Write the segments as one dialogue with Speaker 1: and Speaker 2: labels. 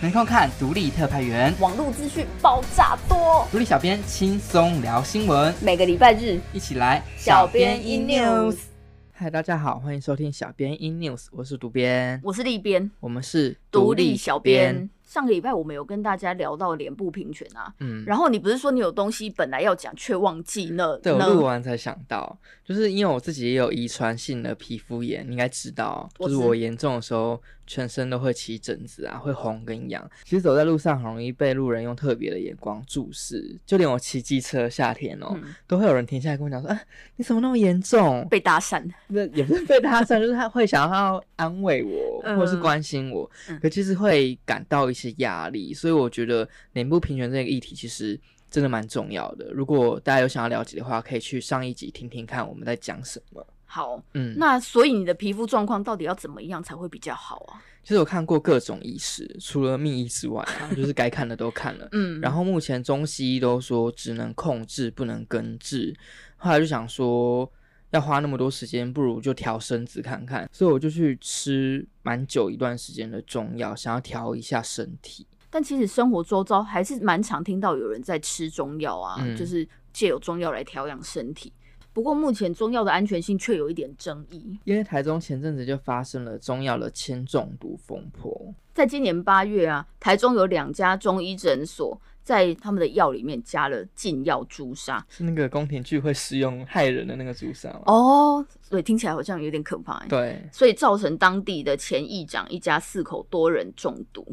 Speaker 1: 没空看独立特派员，
Speaker 2: 网络资讯爆炸多，
Speaker 1: 独立小编轻松聊新闻，
Speaker 2: 每个礼拜日，
Speaker 1: 一起来
Speaker 2: 小编 in news。
Speaker 1: 嗨，大家好，欢迎收听小编 in news，我是独编，
Speaker 2: 我是立编，
Speaker 1: 我们是
Speaker 2: 独立小编。。上个礼拜我们有跟大家聊到脸部平权啊，
Speaker 1: 嗯，
Speaker 2: 然后你不是说你有东西本来要讲却忘记那
Speaker 1: 对我
Speaker 2: 那
Speaker 1: 录完才想到，就是因为我自己也有遗传性的皮肤炎，你应该知道，
Speaker 2: 我
Speaker 1: 就是
Speaker 2: 知
Speaker 1: 我严重的时候，全身都会起疹子啊，会红跟痒。其实走在路上很容易被路人用特别的眼光注视，就连我骑机车夏天哦，
Speaker 2: 嗯
Speaker 1: 都会有人停下来跟我讲说：“啊，你怎么那么严重？”
Speaker 2: 被搭讪，
Speaker 1: 那也不是被搭讪，就是他会想要安慰我，或是
Speaker 2: 嗯
Speaker 1: 关心我，
Speaker 2: 嗯
Speaker 1: 可其实会感到一些压力，所以我觉得脸部平权这个议题其实真的蛮重要的。如果大家有想要了解的话，可以去上一集听听看我们在讲什么。
Speaker 2: 好，
Speaker 1: 嗯，
Speaker 2: 那所以你的皮肤状况到底要怎么样才会比较好啊？
Speaker 1: 其实我看过各种医师，除了秘医之外啊，就是该看的都看了。
Speaker 2: 嗯，
Speaker 1: 然后目前中西医都说只能控制不能根治，后来就想说要花那么多时间，不如就调身子看看，所以我就去吃蛮久一段时间的中药，想要调一下身体。
Speaker 2: 但其实生活周遭还是蛮常听到有人在吃中药啊，
Speaker 1: 嗯
Speaker 2: 就是借由中药来调养身体。不过目前中药的安全性却有一点争议。
Speaker 1: 因为台中前阵子就发生了中药的铅中毒风波，
Speaker 2: 在今年八月啊，台中有两家中医诊所在他们的药里面加了禁药朱砂。
Speaker 1: 是那个宫廷剧会使用害人的那个朱砂吗？
Speaker 2: 哦，对，听起来好像有点可怕欸。
Speaker 1: 对，
Speaker 2: 所以造成当地的前议长一家四口多人中毒。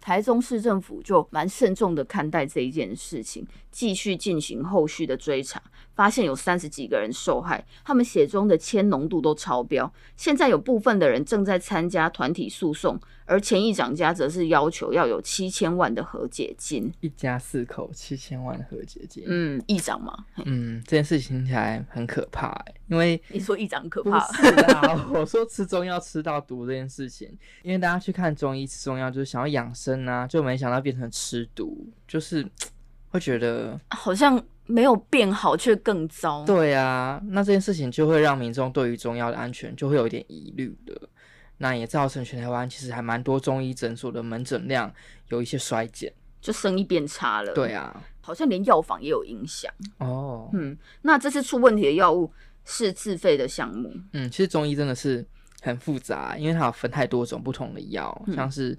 Speaker 2: 台中市政府就蛮慎重的看待这一件事情，继续进行后续的追查，发现有三十几个人受害，他们血中的铅浓度都超标。现在有部分的人正在参加团体诉讼，而前议长家则是要求要有七千万的和解金。
Speaker 1: 一家四口七千万的和解金。嗯
Speaker 2: 嗯，议长嘛，
Speaker 1: 这件事情听起来很可怕、欸，因为
Speaker 2: 你说议长可
Speaker 1: 不
Speaker 2: 怕？
Speaker 1: 是啊啦，我说吃中药吃到毒这件事情，因为大家去看中医吃中药就是想要养生啊，就没想到变成吃毒，就是会觉得
Speaker 2: 好像没有变好，却更糟。
Speaker 1: 对啊，那这件事情就会让民众对于中药的安全就会有一点疑虑的。那也造成全台湾其实还蛮多中医诊所的门诊量有一些衰减。
Speaker 2: 就生意变差了。
Speaker 1: 对，啊，
Speaker 2: 好像连药房也有影响。
Speaker 1: 哦，
Speaker 2: 嗯，那这次出问题的药物是自费的项目，
Speaker 1: 嗯，其实中医真的是很复杂，因为它有分太多种不同的药，
Speaker 2: 嗯
Speaker 1: 像是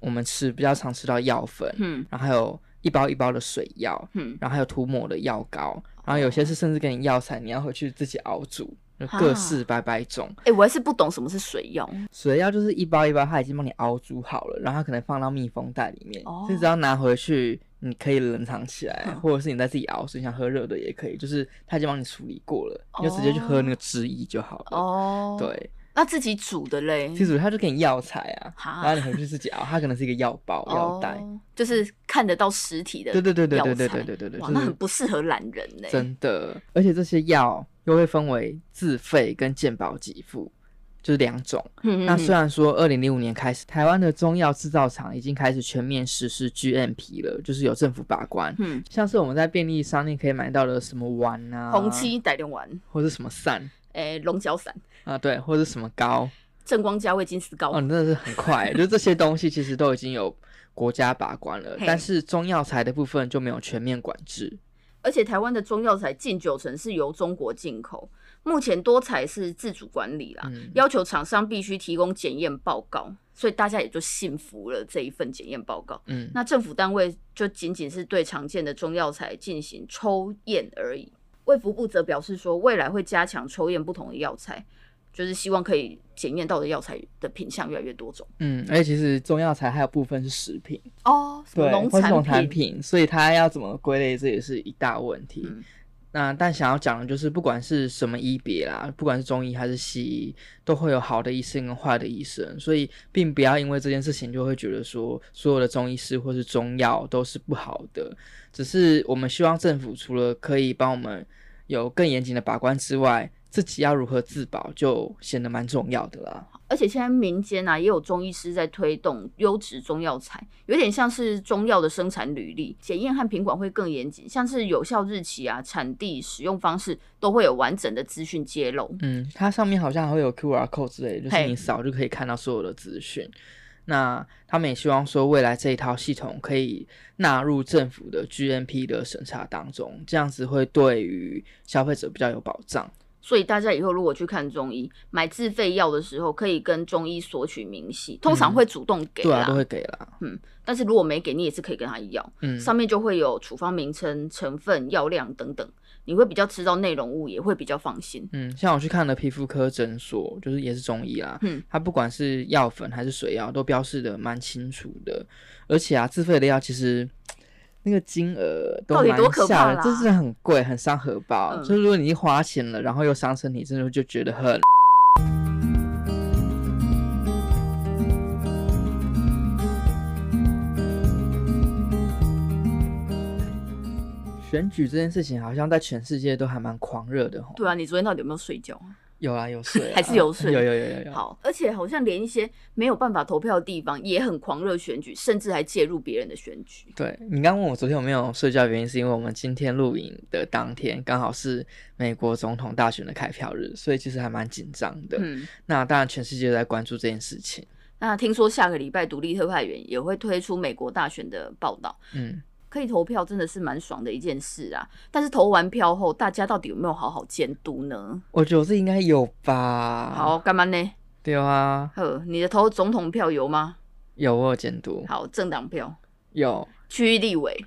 Speaker 1: 我们吃比较常吃到药粉，
Speaker 2: 嗯
Speaker 1: 然后还有一包一包的水药，
Speaker 2: 嗯，
Speaker 1: 然后还有涂抹的药膏，然后有些是甚至给你药材，你要回去自己熬煮，就各式百百种。
Speaker 2: 哎、我还是不懂什么是水药，
Speaker 1: 水药就是一包一包，它已经帮你熬煮好了，然后它可能放到密封袋里面，
Speaker 2: 哦
Speaker 1: 你只要拿回去，你可以冷藏起来，
Speaker 2: 嗯
Speaker 1: 或者是你再自己熬水，你想喝热的也可以，就是它已经帮你处理过了，你就直接去喝那个汁液就好了。
Speaker 2: 哦，，
Speaker 1: 对，
Speaker 2: 那自己煮的嘞，
Speaker 1: 其实它就给你药材啊，
Speaker 2: 哈
Speaker 1: 然后你回去自己熬，它可能是一个药包、药袋。
Speaker 2: 哦，就是看得到实体的，
Speaker 1: 对对对对对对
Speaker 2: 药材
Speaker 1: 对对对对，
Speaker 2: 哇，
Speaker 1: 就
Speaker 2: 那
Speaker 1: 是
Speaker 2: 很不适合懒人嘞，
Speaker 1: 真的，而且这些药又会分为自费跟健保给付，就是两种。
Speaker 2: 嗯，
Speaker 1: 那
Speaker 2: 那
Speaker 1: 虽然说二零零五年开始，台湾的中药制造厂已经开始全面实施 GMP 了，就是有政府把关。
Speaker 2: 嗯，
Speaker 1: 像是我们在便利商店可以买到的什么丸啊，
Speaker 2: 红，漆逮龙丸，
Speaker 1: 或是什么散
Speaker 2: 哎、龙角散，
Speaker 1: 啊，对，或是什么膏，
Speaker 2: 正光加味金丝膏，
Speaker 1: 哦，你真的是很 快，就这些东西其实都已经有国家把关了，
Speaker 2: 嘿
Speaker 1: 但是中药材的部分就没有全面管制。
Speaker 2: 而且台湾的中药材近九成是由中国进口，目前多采是自主管理啦，
Speaker 1: 嗯
Speaker 2: 啊要求厂商必须提供检验报告，所以大家也就信服了这一份检验报告。
Speaker 1: 嗯，
Speaker 2: 那政府单位就仅仅是对常见的中药材进行抽验而已。卫福部则表示说，未来会加强抽验不同的药材，就是希望可以检验到的药材的品相越来越多种。
Speaker 1: 嗯，而且其实中药材还有部分是食品。
Speaker 2: 哦，什么
Speaker 1: 对，
Speaker 2: 农
Speaker 1: 或是
Speaker 2: 产
Speaker 1: 农
Speaker 2: 品？
Speaker 1: 产品，所以它要怎么归类，这也是一大问题。
Speaker 2: 嗯
Speaker 1: 那但想要讲的就是，不管是什么医别啦，不管是中医还是西医，都会有好的医生跟坏的医生，所以并不要因为这件事情就会觉得说所有的中医师或是中药都是不好的。只是我们希望政府除了可以帮我们有更严谨的把关之外，自己要如何自保就显得蛮重要的啦。
Speaker 2: 而且现在民间啊也有中医师在推动优质中药材，有点像是中药的生产履历检验和品管会更严谨，像是有效日期啊、产地、使用方式都会有完整的资讯揭露。
Speaker 1: 嗯，它上面好像还会有 QR code 之类的，就是
Speaker 2: 嘿
Speaker 1: 你扫就可以看到所有的资讯。那他们也希望说，未来这一套系统可以纳入政府的 GMP 的审查当中，这样子会对于消费者比较有保障。
Speaker 2: 所以大家以后如果去看中医，买自费药的时候，可以跟中医索取明细，通常会主动给
Speaker 1: 嗯对
Speaker 2: 啦。
Speaker 1: 啊，都会给啦。
Speaker 2: 但是如果没给你，也是可以跟他要。
Speaker 1: 嗯，
Speaker 2: 上面就会有处方名称、成分、药量等等，你会比较知道内容物，也会比较放心。
Speaker 1: 嗯，像我去看的皮肤科诊所，就是也是中医啦，
Speaker 2: 嗯，
Speaker 1: 它不管是药粉还是水药，都标示的蛮清楚的。而且啊，自费的药其实那个金额都
Speaker 2: 到底
Speaker 1: 蛮
Speaker 2: 多可
Speaker 1: 吓
Speaker 2: 怕
Speaker 1: 人，真
Speaker 2: 啦
Speaker 1: 是很贵，很伤荷包。
Speaker 2: 嗯
Speaker 1: 就是如果你一花钱了，然后又伤身体，真的就觉得很。选举这件事情好像在全世界都还蛮狂热的吼，
Speaker 2: 对啊，你昨天到底有没有睡觉啊？
Speaker 1: 有啦，有 水
Speaker 2: 还是有水
Speaker 1: 有有有有有。
Speaker 2: 好，而且好像连一些没有办法投票的地方也很狂热选举，甚至还介入别人的选举。
Speaker 1: 对你刚问我昨天有没有睡觉，原因是因为我们今天录影的当天刚好是美国总统大选的开票日，所以其实还蛮紧张的。
Speaker 2: 嗯，
Speaker 1: 那当然，全世界都在关注这件事情。
Speaker 2: 那听说下个礼拜独立特派员也会推出美国大选的报道，
Speaker 1: 嗯，
Speaker 2: 可以投票真的是蛮爽的一件事啊。但是投完票后，大家到底有没有好好监督呢？
Speaker 1: 我觉得我自己应该有吧。，
Speaker 2: 好，干嘛呢？
Speaker 1: 对啊，
Speaker 2: 呵，你的投总统票有吗？
Speaker 1: 有我有监督，
Speaker 2: 好，政党票、
Speaker 1: 有
Speaker 2: 区域立委，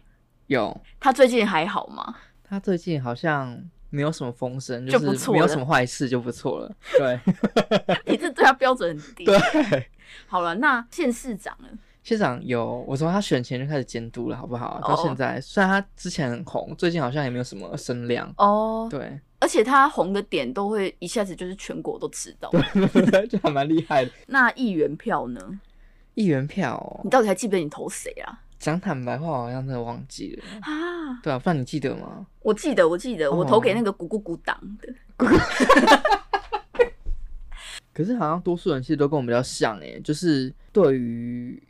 Speaker 1: 有。
Speaker 2: 他最近还好吗？
Speaker 1: 他最近好像没有什么风声，
Speaker 2: 就不
Speaker 1: 是
Speaker 2: 错
Speaker 1: 没有
Speaker 2: 了
Speaker 1: 什么坏事就不错 了。对
Speaker 2: 你 这对他标准很低。
Speaker 1: 对。
Speaker 2: 好了，那县市长呢？
Speaker 1: 县长有，我从他选前就开始监督了，好不好？到
Speaker 2: 哦
Speaker 1: 现在虽然他之前很红，最近好像也没有什么声量。
Speaker 2: 哦，
Speaker 1: 对，
Speaker 2: 而且他红的点都会一下子就是全国都知道。
Speaker 1: 就还蛮厉害的。
Speaker 2: 那议员票呢？
Speaker 1: 议员票、
Speaker 2: 你
Speaker 1: 哦，
Speaker 2: 到底还记不记得你投谁啊？
Speaker 1: 讲坦白话，我好像真的忘记了。
Speaker 2: 啊，
Speaker 1: 对啊，不然你记得吗？
Speaker 2: 我记得，我记得，
Speaker 1: 哦
Speaker 2: 我投给那个咕咕咕党的。
Speaker 1: 可是好像多数人其实都跟我们比较像诶，就是对于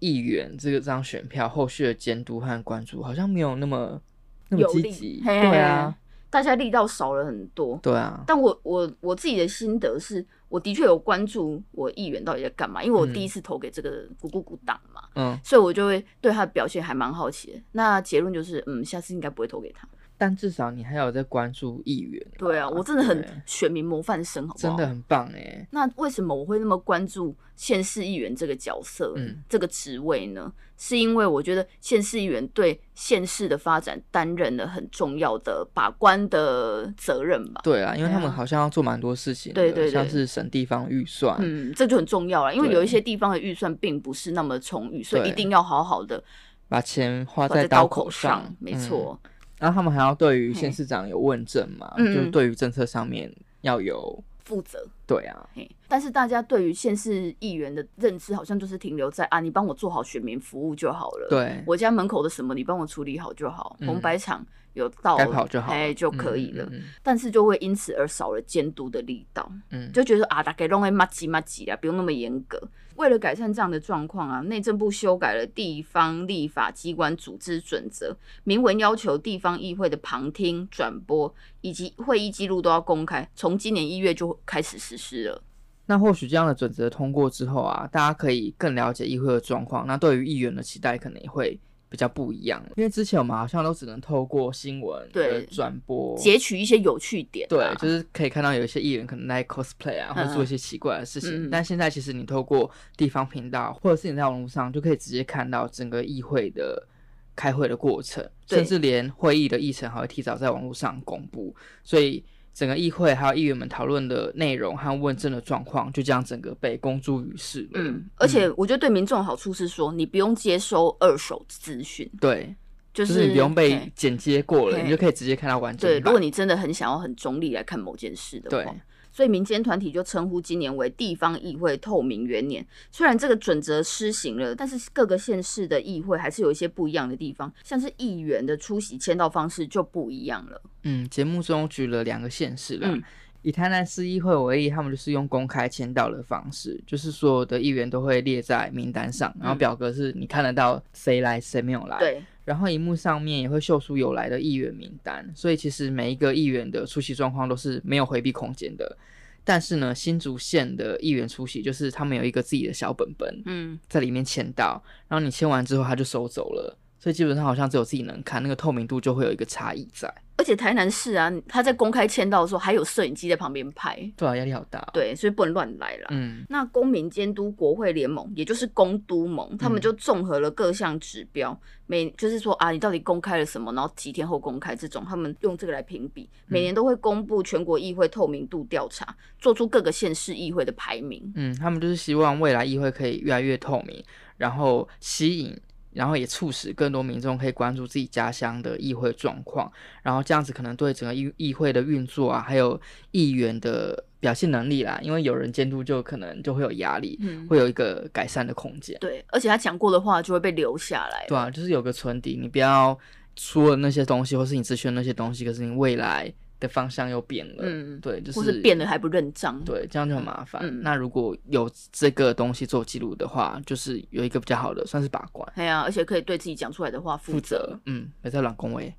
Speaker 1: 议员这个张选票后续的监督和关注，好像没有那么那么
Speaker 2: 有
Speaker 1: 积
Speaker 2: 力
Speaker 1: 极。
Speaker 2: 嘿
Speaker 1: 对啊，
Speaker 2: 大家力道少了很多。
Speaker 1: 对啊，
Speaker 2: 但我我我自己的心得是，我的确有关注我议员到底在干嘛，因为我第一次投给这个咕咕咕党嘛，
Speaker 1: 嗯。
Speaker 2: 所以我就会对他的表现还蛮好奇的。那结论就是，嗯，下次应该不会投给他。
Speaker 1: 但至少你还有在关注议员吧。
Speaker 2: 对啊，我真的
Speaker 1: 对
Speaker 2: 很选民模范生，好不好？
Speaker 1: 真的。很棒欸诶。
Speaker 2: 那为什么我会那么关注县市议员这个角色、
Speaker 1: 嗯
Speaker 2: 这个职位呢？是因为我觉得县市议员对县市的发展担任了很重要的把关的责任吧。
Speaker 1: 对啊，因为
Speaker 2: 对
Speaker 1: 他们
Speaker 2: 啊
Speaker 1: 好像要做蛮多事情的，
Speaker 2: 对对对
Speaker 1: 像是省地方预算，
Speaker 2: 嗯，这就很重要了，因为
Speaker 1: 对
Speaker 2: 有一些地方的预算并不是那么充裕，所以
Speaker 1: 对
Speaker 2: 一定要好好的
Speaker 1: 把钱花
Speaker 2: 挂在
Speaker 1: 刀
Speaker 2: 刀口
Speaker 1: 上，
Speaker 2: 没
Speaker 1: 嗯。
Speaker 2: 错，
Speaker 1: 然后他们还要对于县
Speaker 2: 嘿
Speaker 1: 市长有问政嘛，
Speaker 2: 嗯
Speaker 1: 就是对于政策上面要有，
Speaker 2: 负责。
Speaker 1: 对啊，
Speaker 2: 嘿，但是大家对于县市议员的认知好像就是停留在啊，你帮我做好选民服务就好了。。
Speaker 1: 对，
Speaker 2: 呃我家门口的什么，你帮我处理好就好，
Speaker 1: 嗯
Speaker 2: 红白场有到，
Speaker 1: 该跑就好了，
Speaker 2: 哎就可以了。
Speaker 1: 嗯，
Speaker 2: 但是就会因此而少了监督的力道，
Speaker 1: 嗯嗯嗯
Speaker 2: 就觉得说啊，大概弄个麻吉麻吉啊，不用那么严格。为了改善这样的状况啊，内政部修改了地方立法机关组织准则，明文要求地方议会的旁听、转播以及会议记录都要公开，从今年一月就开始实施了。
Speaker 1: 哦那或许这样的准则通过之后啊，大家可以更了解议会的状况，那对于议员的期待可能也会比较不一样，因为之前我们好像都只能透过新闻的
Speaker 2: 对
Speaker 1: 转播
Speaker 2: 截取一些有趣点、啊
Speaker 1: 对，就是可以看到有一些艺人可能在 cosplay 啊，或者做一些奇怪的事情。
Speaker 2: 嗯
Speaker 1: 但现在其实你透过地方频道，或者是你在网络上，就可以直接看到整个议会的开会的过程，
Speaker 2: 对
Speaker 1: 甚至连会议的议程还会提早在网络上公布。所以整个议会还有议员们讨论的内容和问政的状况，就这样整个被公诸于世了。
Speaker 2: 嗯，而且我觉得对民众的好处是说，你不用接收二手资讯，
Speaker 1: 对，
Speaker 2: 就
Speaker 1: 就是是你不用被
Speaker 2: 嘿
Speaker 1: 剪接过了，
Speaker 2: 嘿
Speaker 1: 你就可以直接看到完整
Speaker 2: 嗯对。
Speaker 1: 版。
Speaker 2: 如果你真的很想要很中立来看某件事的
Speaker 1: 对
Speaker 2: 话，所以民间团体就称呼今年为地方议会透明元年。虽然这个准则施行了，但是各个县市的议会还是有一些不一样的地方，像是议员的出席签到方式就不一样了。
Speaker 1: 嗯，节目中举了两个县市啦，
Speaker 2: 嗯
Speaker 1: 以台南市议会为例，他们就是用公开签到的方式，就是所有的议员都会列在名单上，然后
Speaker 2: 嗯
Speaker 1: 表格是你看得到谁来谁没有来，，
Speaker 2: 对，
Speaker 1: 然后荧幕上面也会秀出有来的议员名单，所以其实每一个议员的出席状况都是没有回避空间的。但是呢，新竹县的议员出席，就是他们有一个自己的小本本，
Speaker 2: 嗯，
Speaker 1: 在里面签到，然后你签完之后他就收走了，所以基本上好像只有自己能看，那个透明度就会有一个差异在。
Speaker 2: 而且台南市啊，他在公开签到的时候还有摄影机在旁边拍，
Speaker 1: 对啊，压力好大、，
Speaker 2: 对，所以不能乱来啦。
Speaker 1: 嗯
Speaker 2: 那公民监督国会联盟，也就是公都盟，
Speaker 1: 嗯
Speaker 2: 他们就综合了各项指标，每就是说啊，你到底公开了什么，然后几天后公开这种，他们用这个来评比。
Speaker 1: 嗯
Speaker 2: 每年都会公布全国议会透明度调查，做出各个县市议会的排名。
Speaker 1: 嗯，他们就是希望未来议会可以越来越透明，然后吸引。然后也促使更多民众可以关注自己家乡的议会状况，然后这样子可能对整个议议会的运作啊，还有议员的表现能力啦，因为有人监督就可能就会有压力，
Speaker 2: 嗯，
Speaker 1: 会有一个改善的空间。
Speaker 2: 对，而且他讲过的话就会被留下来。
Speaker 1: 对啊，就是有个存底，你不要说了那些东西，或是你只选那些东西，可是你未来的方向又变了，
Speaker 2: 嗯
Speaker 1: 对，就
Speaker 2: 或
Speaker 1: 是
Speaker 2: 是变得还不认账。
Speaker 1: 对，这样就很麻烦。
Speaker 2: 嗯
Speaker 1: 那如果有这个东西做记录的话，就是有一个比较好的，算是把关，
Speaker 2: 哎呀、而且可以对自己讲出来的话负
Speaker 1: 负
Speaker 2: 责
Speaker 1: 责。。嗯，没在软工位。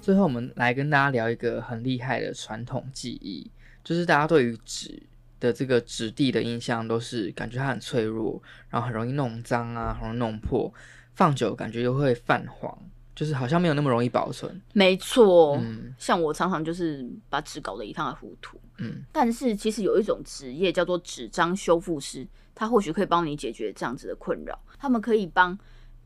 Speaker 1: 最后，我们来跟大家聊一个很厉害的传统技艺，就是大家对于纸的这个质地的印象都是感觉它很脆弱，然后很容易弄脏啊，很容易弄破，放久感觉又会泛黄，就是好像没有那么容易保存。
Speaker 2: 没错，
Speaker 1: 嗯
Speaker 2: 像我常常就是把纸搞得一塌糊涂。
Speaker 1: 嗯，
Speaker 2: 但是其实有一种职业叫做纸张修复师，他或许可以帮你解决这样子的困扰。他们可以帮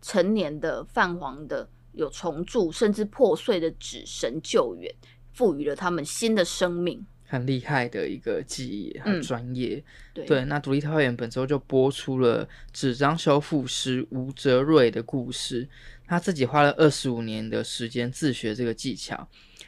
Speaker 2: 成年的、泛黄的、有虫蛀甚至破碎的纸神救援，赋予了他们新的生命。
Speaker 1: 很厉害的一个技艺，很
Speaker 2: 嗯
Speaker 1: 专业。
Speaker 2: 对，
Speaker 1: 对，那独立花园本周就播出了纸张修复师吴哲瑞的故事。他自己花了二十五年的时间自学这个技巧。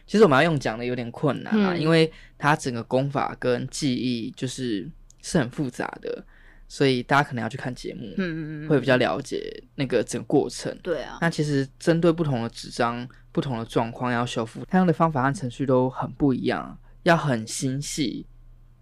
Speaker 1: 其实我们要用讲的有点困难啦，
Speaker 2: 嗯
Speaker 1: 因为它整个功法跟技艺就是是很复杂的，所以大家可能要去看节目，
Speaker 2: 嗯嗯嗯，
Speaker 1: 会比嗯较了解那个整个过程。
Speaker 2: 对啊，
Speaker 1: 那其实针对不同的纸张、不同的状况要修复，它用的方法和程序都很不一样，要很心细，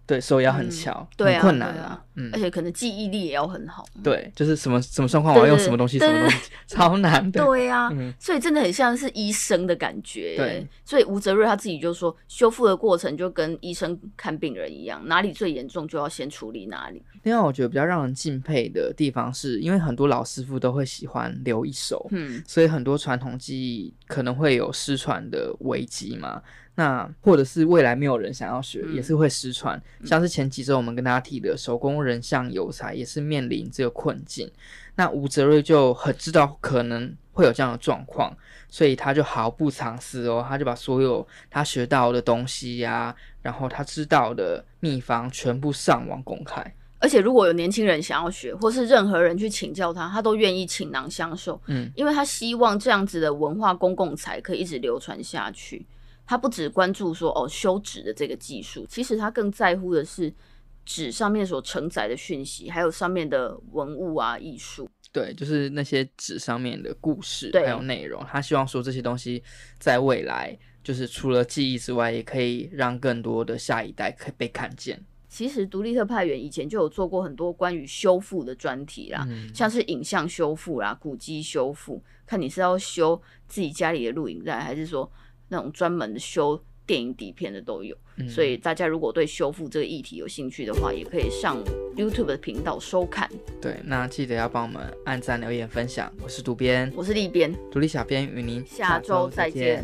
Speaker 1: 对手要很
Speaker 2: 嗯
Speaker 1: 巧，
Speaker 2: 对
Speaker 1: 很
Speaker 2: 啊
Speaker 1: 困难
Speaker 2: 对啊
Speaker 1: 啊。嗯
Speaker 2: 而，且可能记忆力也要很好。
Speaker 1: 对，就是什么什么状况我要用什么东西，什
Speaker 2: 对
Speaker 1: 么东西，超难的。
Speaker 2: 对啊，
Speaker 1: 嗯
Speaker 2: 所以真的很像是医生的感觉。
Speaker 1: 对，
Speaker 2: 所以吴哲瑞他自己就说，修复的过程就跟医生看病人一样，哪里最严重就要先处理哪里。
Speaker 1: 另外，我觉得比较让人敬佩的地方是，因为很多老师傅都会喜欢留一手，
Speaker 2: 嗯，
Speaker 1: 所以很多传统技艺可能会有失传的危机嘛。那或者是未来没有人想要学，
Speaker 2: 嗯
Speaker 1: 也是会失传。像是前几周我们跟大家提的手工人像油彩，也是面临这个困境。那吴哲瑞就很知道可能会有这样的状况，所以他就毫不藏私哦，他就把所有他学到的东西呀、然后他知道的秘方全部上网公开。
Speaker 2: 而且如果有年轻人想要学，或是任何人去请教他，他都愿意倾囊相授，
Speaker 1: 嗯，
Speaker 2: 因为他希望这样子的文化公共财可以一直流传下去。他不只关注说哦修纸的这个技术，其实他更在乎的是纸上面所承载的讯息，还有上面的文物啊、艺术。
Speaker 1: 对，就是那些纸上面的故事
Speaker 2: 对
Speaker 1: 还有内容，他希望说这些东西在未来，就是除了记忆之外，也可以让更多的下一代可以被看见。
Speaker 2: 其实独立特派员以前就有做过很多关于修复的专题啦，
Speaker 1: 嗯，
Speaker 2: 像是影像修复啦、古迹修复，看你是要修自己家里的录影带，还是说那种专门的修电影底片的都有。
Speaker 1: 嗯
Speaker 2: 所以大家如果对修复这个议题有兴趣的话，也可以上 YouTube 的频道收看。
Speaker 1: 对，那记得要帮我们按赞、留言、分享。我是渡边，
Speaker 2: 我是立边，
Speaker 1: 独立小编与您
Speaker 2: 下周再见。